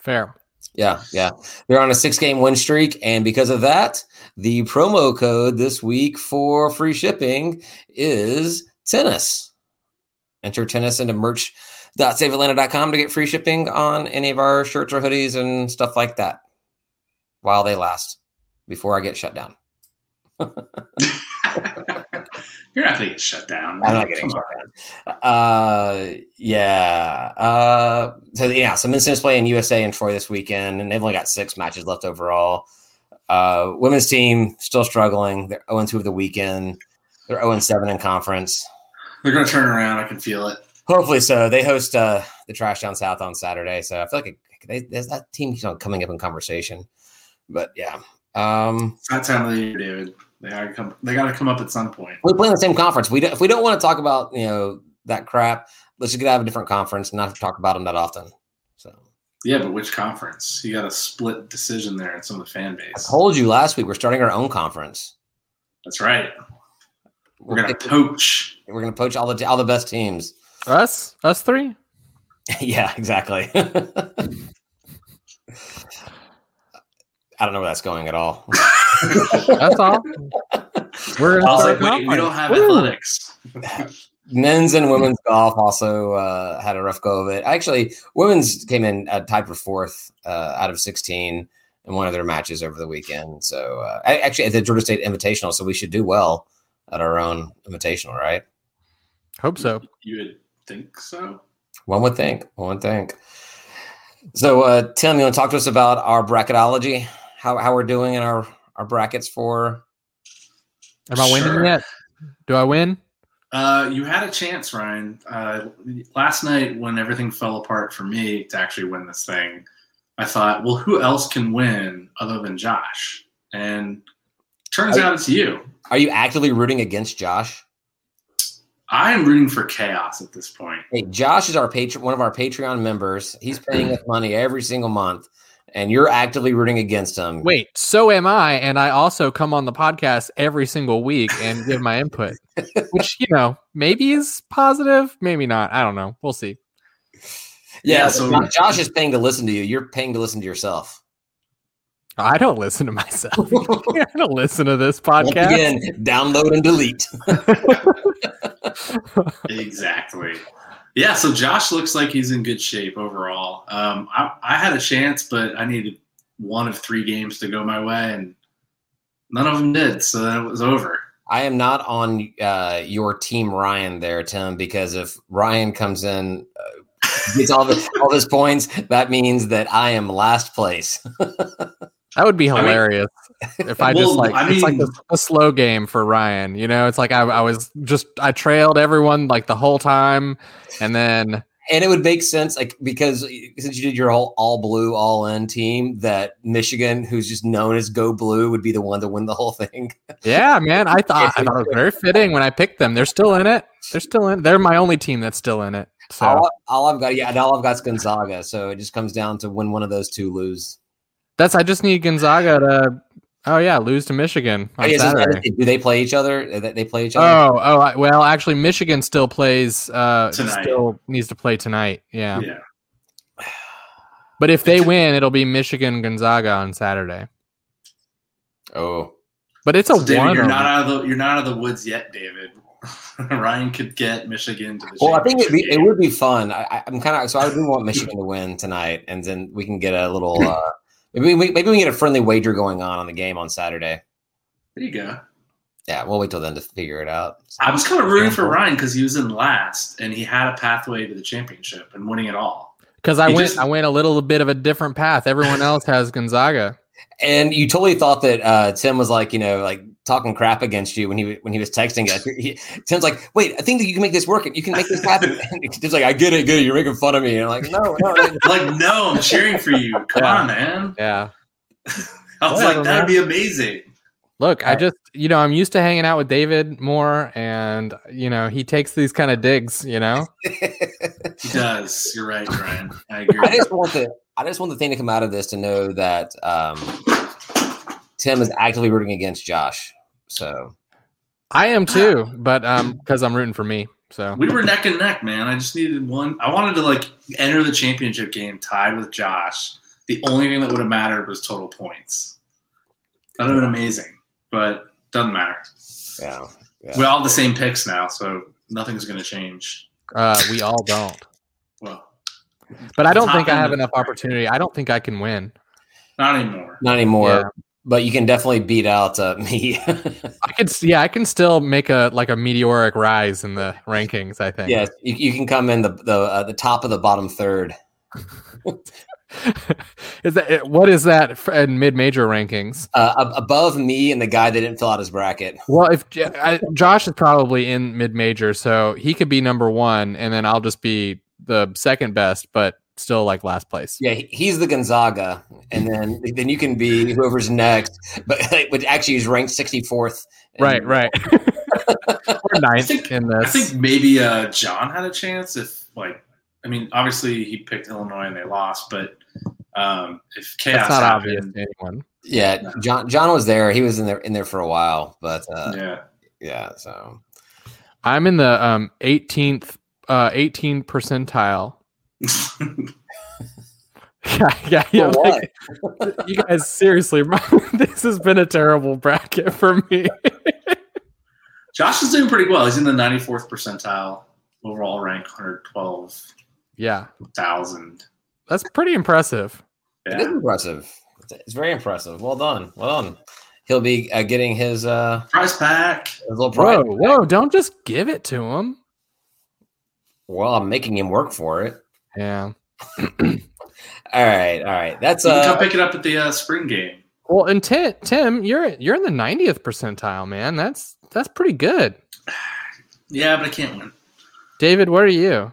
Speaker 2: Fair.
Speaker 1: Yeah, yeah. They're on a six game win streak. And because of that, the promo code this week for free shipping is tennis. Enter tennis into merch.saveatlanta.com to get free shipping on any of our shirts or hoodies and stuff like that while they last before I get shut down.
Speaker 3: You're not going to get shut down.
Speaker 1: I'm
Speaker 3: man.
Speaker 1: not getting
Speaker 3: Come on.
Speaker 1: shot down. Uh, yeah. Uh, so yeah, so men's tennis play in USA and Troy this weekend, and they've only got six matches left overall. Uh, women's team still struggling. They're 0 2 of the weekend. They're 0 7 in conference.
Speaker 3: They're going to turn around. I can feel it.
Speaker 1: Hopefully, so they host uh, the Trash Down South on Saturday. So I feel like it, they, there's- that team keeps on coming up in conversation. But yeah, um,
Speaker 3: It's that time of the year, David. They got to come. They got to come up at some point.
Speaker 1: we play in the same conference. We don't, if we don't want to talk about you know that crap, let's just get out of a different conference and not have to talk about them that often. So.
Speaker 3: Yeah, but which conference? You got a split decision there in some of the fan
Speaker 1: I
Speaker 3: base.
Speaker 1: told you last week we're starting our own conference.
Speaker 3: That's right. We're
Speaker 1: We're
Speaker 3: going
Speaker 1: gonna
Speaker 3: to poach.
Speaker 1: we're gonna poach all the all the best teams. <laughs>
Speaker 2: Us? Us three?
Speaker 1: yeah, exactly. <laughs> I don't know where that's going at all.
Speaker 2: That's
Speaker 3: <laughs>
Speaker 2: all. We're
Speaker 3: I
Speaker 2: gonna
Speaker 3: was
Speaker 2: start
Speaker 3: like, wait,
Speaker 2: conference.
Speaker 3: we don't have
Speaker 2: Woo!
Speaker 3: athletics.
Speaker 1: Men's and women's golf also uh, had a rough go of it. Actually, women's came in uh, tied for fourth uh, out of sixteen in one of their matches over the weekend. So, uh, I, actually, at the Georgia State Invitational, so we should do well at our own Invitational, right?
Speaker 2: Hope so.
Speaker 3: You would think so.
Speaker 1: One would think. One would think. So, uh, Tim, you want to talk to us about our bracketology? How how we're doing in our our brackets for?
Speaker 2: Am I winning
Speaker 3: Sure.
Speaker 2: yet? Do I win?
Speaker 3: Uh, you had a chance, Ryan. Uh, last night, when everything fell apart for me to actually win this thing, I thought, well, who else can win other than Josh? And turns out it's you.
Speaker 1: Are you actively rooting against Josh?
Speaker 3: I am rooting for chaos at this point.
Speaker 1: Hey, Josh is our patron, one of our Patreon members. He's paying us money every single month, and you're actively rooting against him.
Speaker 2: Wait, so am I, and I also come on the podcast every single week and give my
Speaker 3: <laughs>
Speaker 2: input, which you know maybe is positive, maybe not. I don't know. We'll see.
Speaker 1: yeah.
Speaker 3: Yeah,
Speaker 1: so
Speaker 3: so-
Speaker 1: Josh is paying to listen to you. You're paying to listen to
Speaker 3: <laughs>
Speaker 1: yourself.
Speaker 2: I don't listen to myself. <laughs>
Speaker 1: Once
Speaker 2: I don't listen to this podcast.
Speaker 1: again, download and delete.
Speaker 3: Exactly. Yeah, so Josh looks like he's in good shape overall. Um, I, I had a chance, but I needed one of three games to go my way, and none of them did, so then it was over.
Speaker 1: I am not on uh, your team, Ryan. There, Tim, because if Ryan comes in, uh, gets all the all his points, that means that I am last place.
Speaker 2: That would be
Speaker 3: mean- <laughs>
Speaker 2: hilarious. If I just
Speaker 3: Well,
Speaker 2: like,
Speaker 3: I
Speaker 2: it's like
Speaker 3: mean-
Speaker 2: the, the slow game for Ryan. You know, it's like I, I was just I trailed everyone like the whole time, and then
Speaker 1: and it would make sense like because uh, since you did your all, all blue all in team that michigan who's just known as go blue would be the one to win the whole thing
Speaker 2: yeah, man, I thought I thought it was very fitting when I picked them. They're still in it. They're still in. They're my only team that's still in it. So
Speaker 1: all, all i've got yeah and all i've got's gonzaga so it just comes down to when one of those two lose
Speaker 2: that's I just need Gonzaga to. Oh yeah, lose to Michigan
Speaker 1: I
Speaker 2: on
Speaker 1: guess it's-
Speaker 2: Saturday.
Speaker 1: do they play each other they they play each other
Speaker 2: Oh, oh, I- well, actually, Michigan still plays. Uh,
Speaker 3: Tonight.
Speaker 2: still needs to play tonight. Yeah.
Speaker 3: Yeah.
Speaker 2: but if they win, it'll be Michigan Gonzaga on Saturday.
Speaker 1: oh
Speaker 2: But it's a
Speaker 3: So, David,
Speaker 2: one.
Speaker 3: you're not out of the you're not out of the woods yet, David. <laughs> Ryan could get Michigan to the
Speaker 1: well i think it'd be,
Speaker 3: championship
Speaker 1: it
Speaker 3: game.
Speaker 1: would be fun I- I, i'm kind of so i do want michigan to win tonight and then we can get a little uh maybe we, maybe we can get a friendly wager going on on the game on saturday
Speaker 3: There you go.
Speaker 1: yeah we'll wait till then to figure it out
Speaker 3: I was kind of rooting for
Speaker 1: Example.
Speaker 3: Ryan because he was in last and he had a pathway to the championship and winning it all.
Speaker 2: because I
Speaker 3: You
Speaker 2: went.
Speaker 3: just-
Speaker 2: I went a little bit of a different path. Everyone else has Gonzaga.
Speaker 1: And you totally thought that uh, Tim was like, you know, like talking crap against you when he when he was texting us. He, Tim's like, "Wait, I think that you can make this work. You can make this happen." <laughs> And Tim's like, "I get it, get it. You're making fun of me." And I'm like, "No, no." no."
Speaker 3: Like, no, I'm cheering for you. Come
Speaker 2: Yeah.
Speaker 3: on, man.
Speaker 2: Yeah.
Speaker 3: I was
Speaker 2: Whatever,
Speaker 3: like, that'd
Speaker 2: man.
Speaker 3: be amazing.
Speaker 2: Look, I
Speaker 1: Right.
Speaker 2: just you know I'm used to hanging out with David more, and you know he takes these kind of digs. You know.
Speaker 3: He does. You're right, Ryan.
Speaker 2: <laughs>
Speaker 3: I agree.
Speaker 1: I just want the I just want the thing to come out of this to know that um, Tim is actively rooting against Josh. So
Speaker 2: I am too, but um, because I'm rooting for me. So
Speaker 3: we were neck and neck, man. I just needed one. I wanted to like enter the championship game tied with Josh. The only thing that would have mattered was total points. That would have been amazing, but doesn't matter.
Speaker 1: yeah, yeah.
Speaker 3: We're all the same picks now, so nothing's going to change.
Speaker 2: uh, we all don't.
Speaker 3: Well,
Speaker 2: But I don't
Speaker 3: Top
Speaker 2: think I
Speaker 3: end
Speaker 2: have
Speaker 3: of-
Speaker 2: enough opportunity. I don't think I can win.
Speaker 3: not anymore.
Speaker 1: not anymore.
Speaker 2: Yeah.
Speaker 1: But you can definitely beat out uh, <laughs> me.
Speaker 2: I could, s- yeah, I can still make a like a meteoric rise in the rankings. I think.
Speaker 1: yes, you, you can come in the the uh, the top of the bottom third.
Speaker 2: <laughs> is that it- what is that f- in mid-major rankings?
Speaker 1: uh, ab- above me and the guy that didn't fill out his bracket.
Speaker 2: Well, if J- I, Josh is probably in mid-major, so he could be number one, and then I'll just be the second best, but still like last place.
Speaker 1: Yeah, he- he's the Gonzaga, and then then you can be whoever's next. But <laughs> but actually, he's ranked sixty fourth.
Speaker 2: Right,
Speaker 3: <laughs>
Speaker 2: right. We're ninth
Speaker 3: think-
Speaker 2: in
Speaker 3: I
Speaker 2: this.
Speaker 3: think maybe uh, John had a chance if, like, I mean, obviously he picked Illinois and they lost, but um, if chaos
Speaker 2: That's not
Speaker 3: happened,
Speaker 2: obvious to anyone.
Speaker 1: Yeah, John John was there. He was in there in there for a while, but uh,
Speaker 3: yeah,
Speaker 1: yeah. So
Speaker 2: I'm in the um 18th, uh 18 percentile. <laughs>
Speaker 3: <laughs>
Speaker 2: Yeah, yeah, yeah.
Speaker 1: For
Speaker 2: <laughs> like- you guys, seriously, <laughs> my, this has been a terrible bracket for me.
Speaker 3: Josh is doing pretty well. He's in the 94th percentile overall rank, 112,000.
Speaker 2: yeah, that's pretty impressive.
Speaker 1: it is
Speaker 3: Yeah.
Speaker 1: impressive. It's, it's very impressive. Well done. Well done. He'll be uh, getting his uh
Speaker 3: Prize pack.
Speaker 1: his little prize.
Speaker 2: Whoa, whoa! Don't just give it to him.
Speaker 1: Well, I'm making him work for it.
Speaker 2: Yeah.
Speaker 1: All right, all right. That's
Speaker 3: So you can come
Speaker 1: uh,
Speaker 3: pick it up at the uh, spring game.
Speaker 2: Well, and Tim, Tim, you're you're in the 90th percentile, man. That's that's pretty good.
Speaker 3: Yeah, but I can't win.
Speaker 2: David, where are you?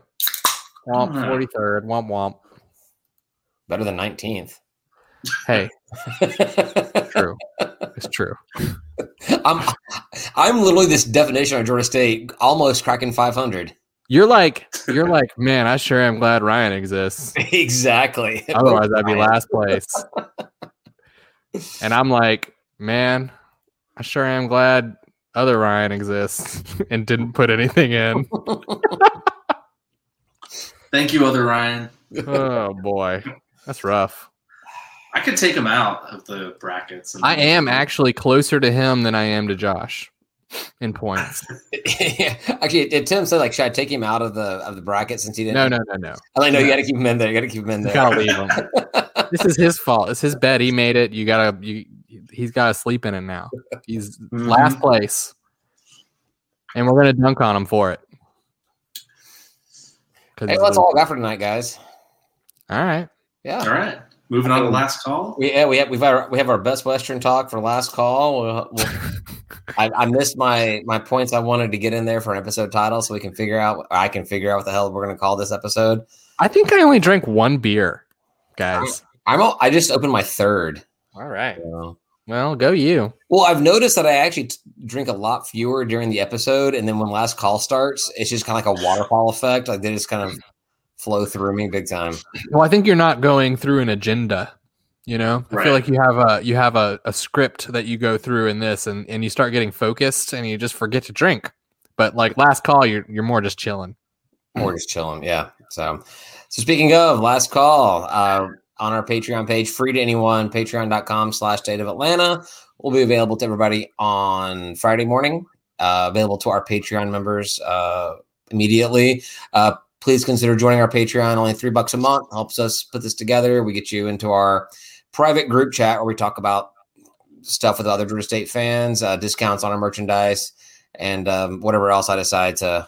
Speaker 2: Womp
Speaker 3: Hmm.
Speaker 2: 43rd. Womp womp.
Speaker 1: better than nineteenth. <laughs>
Speaker 2: Hey, true. It's true.
Speaker 1: I'm I'm literally this definition of Georgia State almost cracking 500.
Speaker 2: You're like you're like man. I sure am glad Ryan exists.
Speaker 1: exactly.
Speaker 2: Otherwise, I'd be
Speaker 1: Ryan.
Speaker 2: last place. and I'm like, man, I sure am glad other Ryan exists <laughs> and didn't put anything in.
Speaker 3: Thank you, other Ryan.
Speaker 2: oh boy, that's rough.
Speaker 3: I could take him out of the brackets. and-
Speaker 2: I am actually closer to him than I am to Josh in points.
Speaker 1: <laughs> Actually, did Tim said like, should I take him out of the of the bracket since he didn't?
Speaker 2: No, no, no, no.
Speaker 1: I like, no, you got to keep him in there. You got to keep him in
Speaker 2: You
Speaker 1: there.
Speaker 2: gotta leave him. This is his fault. It's his bet. He made it. You gotta. You, he's gotta sleep in it now. He's
Speaker 3: Mhm.
Speaker 2: last place, and we're gonna dunk on him for it. 'Cause
Speaker 1: Hey,
Speaker 2: he's
Speaker 1: well, that's
Speaker 2: losing.
Speaker 1: all I got for tonight, guys.
Speaker 2: all right.
Speaker 1: Yeah.
Speaker 3: All right. Moving
Speaker 2: Oh.
Speaker 3: on to last call.
Speaker 1: We, yeah, we have we've our, we have our best Western talk for last call. We'll, we'll, I, I missed my my points. I wanted to get in there for an episode title so we can figure out. Or I can figure out what the hell we're going to call this episode.
Speaker 2: I think I only drank one beer, guys.
Speaker 1: I'm all, I just opened my third.
Speaker 2: Oh, All right.
Speaker 1: so-
Speaker 2: Well, go you.
Speaker 1: Well, I've noticed that I actually t- drink a lot fewer during the episode, and then when last call starts, it's just kind of like a waterfall effect. Like they just kind of flow through me big time.
Speaker 2: Well, I think you're not going through an agenda. You know, I
Speaker 3: Right.
Speaker 2: feel like you have a you have a, a script that you go through in this, and and you start getting focused, and you just forget to drink. But like last call, you're you're more just chilling.
Speaker 1: We're just chilling. Yeah. So, so speaking of last call, uh, on our Patreon page, free to anyone, patreon.com slash state of Atlanta will be available to everybody on Friday morning, uh, available to our Patreon members uh, immediately. Uh, please consider joining our Patreon. Only three bucks a month helps us put this together. We get you into our private group chat where we talk about stuff with other Georgia State fans, uh, discounts on our merchandise, and um, whatever else I decide to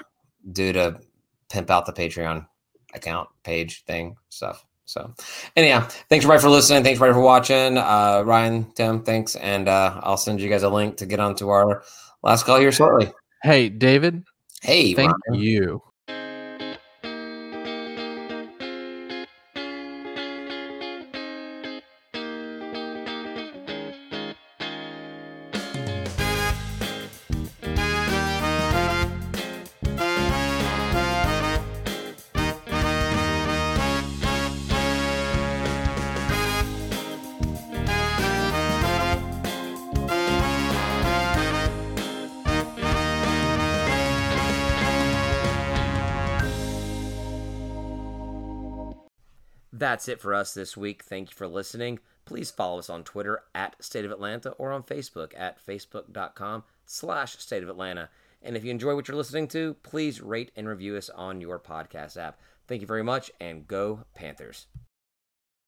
Speaker 1: do to pimp out the Patreon account page thing stuff. So, anyhow, thanks everybody for listening. Thanks everybody for watching. Uh, Ryan, Tim, thanks, and uh, I'll send you guys a link to get onto our last call here shortly.
Speaker 2: Hey, David,
Speaker 1: Hey,
Speaker 2: thank
Speaker 1: Ryan.
Speaker 2: you.
Speaker 1: That's it for us this week. Thank you for listening. Please follow us on Twitter at State of Atlanta or on Facebook at facebook.com slash state of Atlanta. And if you enjoy what you're listening to, please rate and review us on your podcast app. Thank you very much and go Panthers.